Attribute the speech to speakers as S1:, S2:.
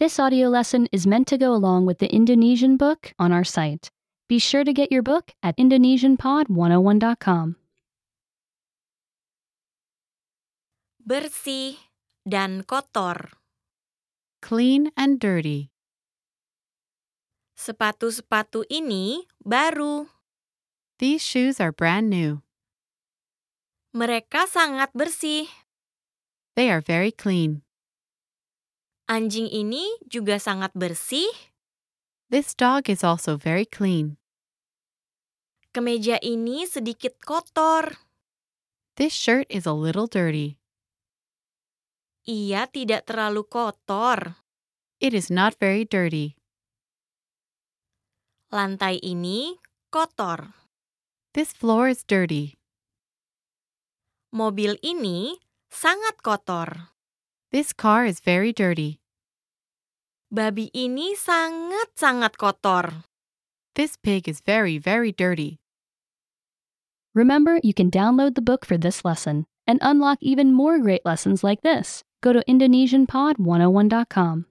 S1: This audio lesson is meant to go along with the Indonesian book on our site. Be sure to get your book at IndonesianPod101.com.
S2: bersih dan kotor.
S3: clean and dirty.
S2: Sepatu-sepatu ini baru.
S3: These shoes are brand new.
S2: Mereka sangat bersih.
S3: They are very clean.
S2: Anjing ini juga sangat bersih.
S3: This dog is also very clean.
S2: Kemeja ini sedikit kotor.
S3: This shirt is a little dirty.
S2: Ia tidak terlalu kotor.
S3: It is not very dirty.
S2: Lantai ini kotor.
S3: This floor is dirty.
S2: Mobil ini sangat kotor.
S3: This car is very dirty.
S2: Babi ini sangat-sangat kotor.
S3: This pig is very, very dirty.
S1: Remember, you can download the book for this oh lesson and unlock even more great lessons like this. Go to IndonesianPod101.com.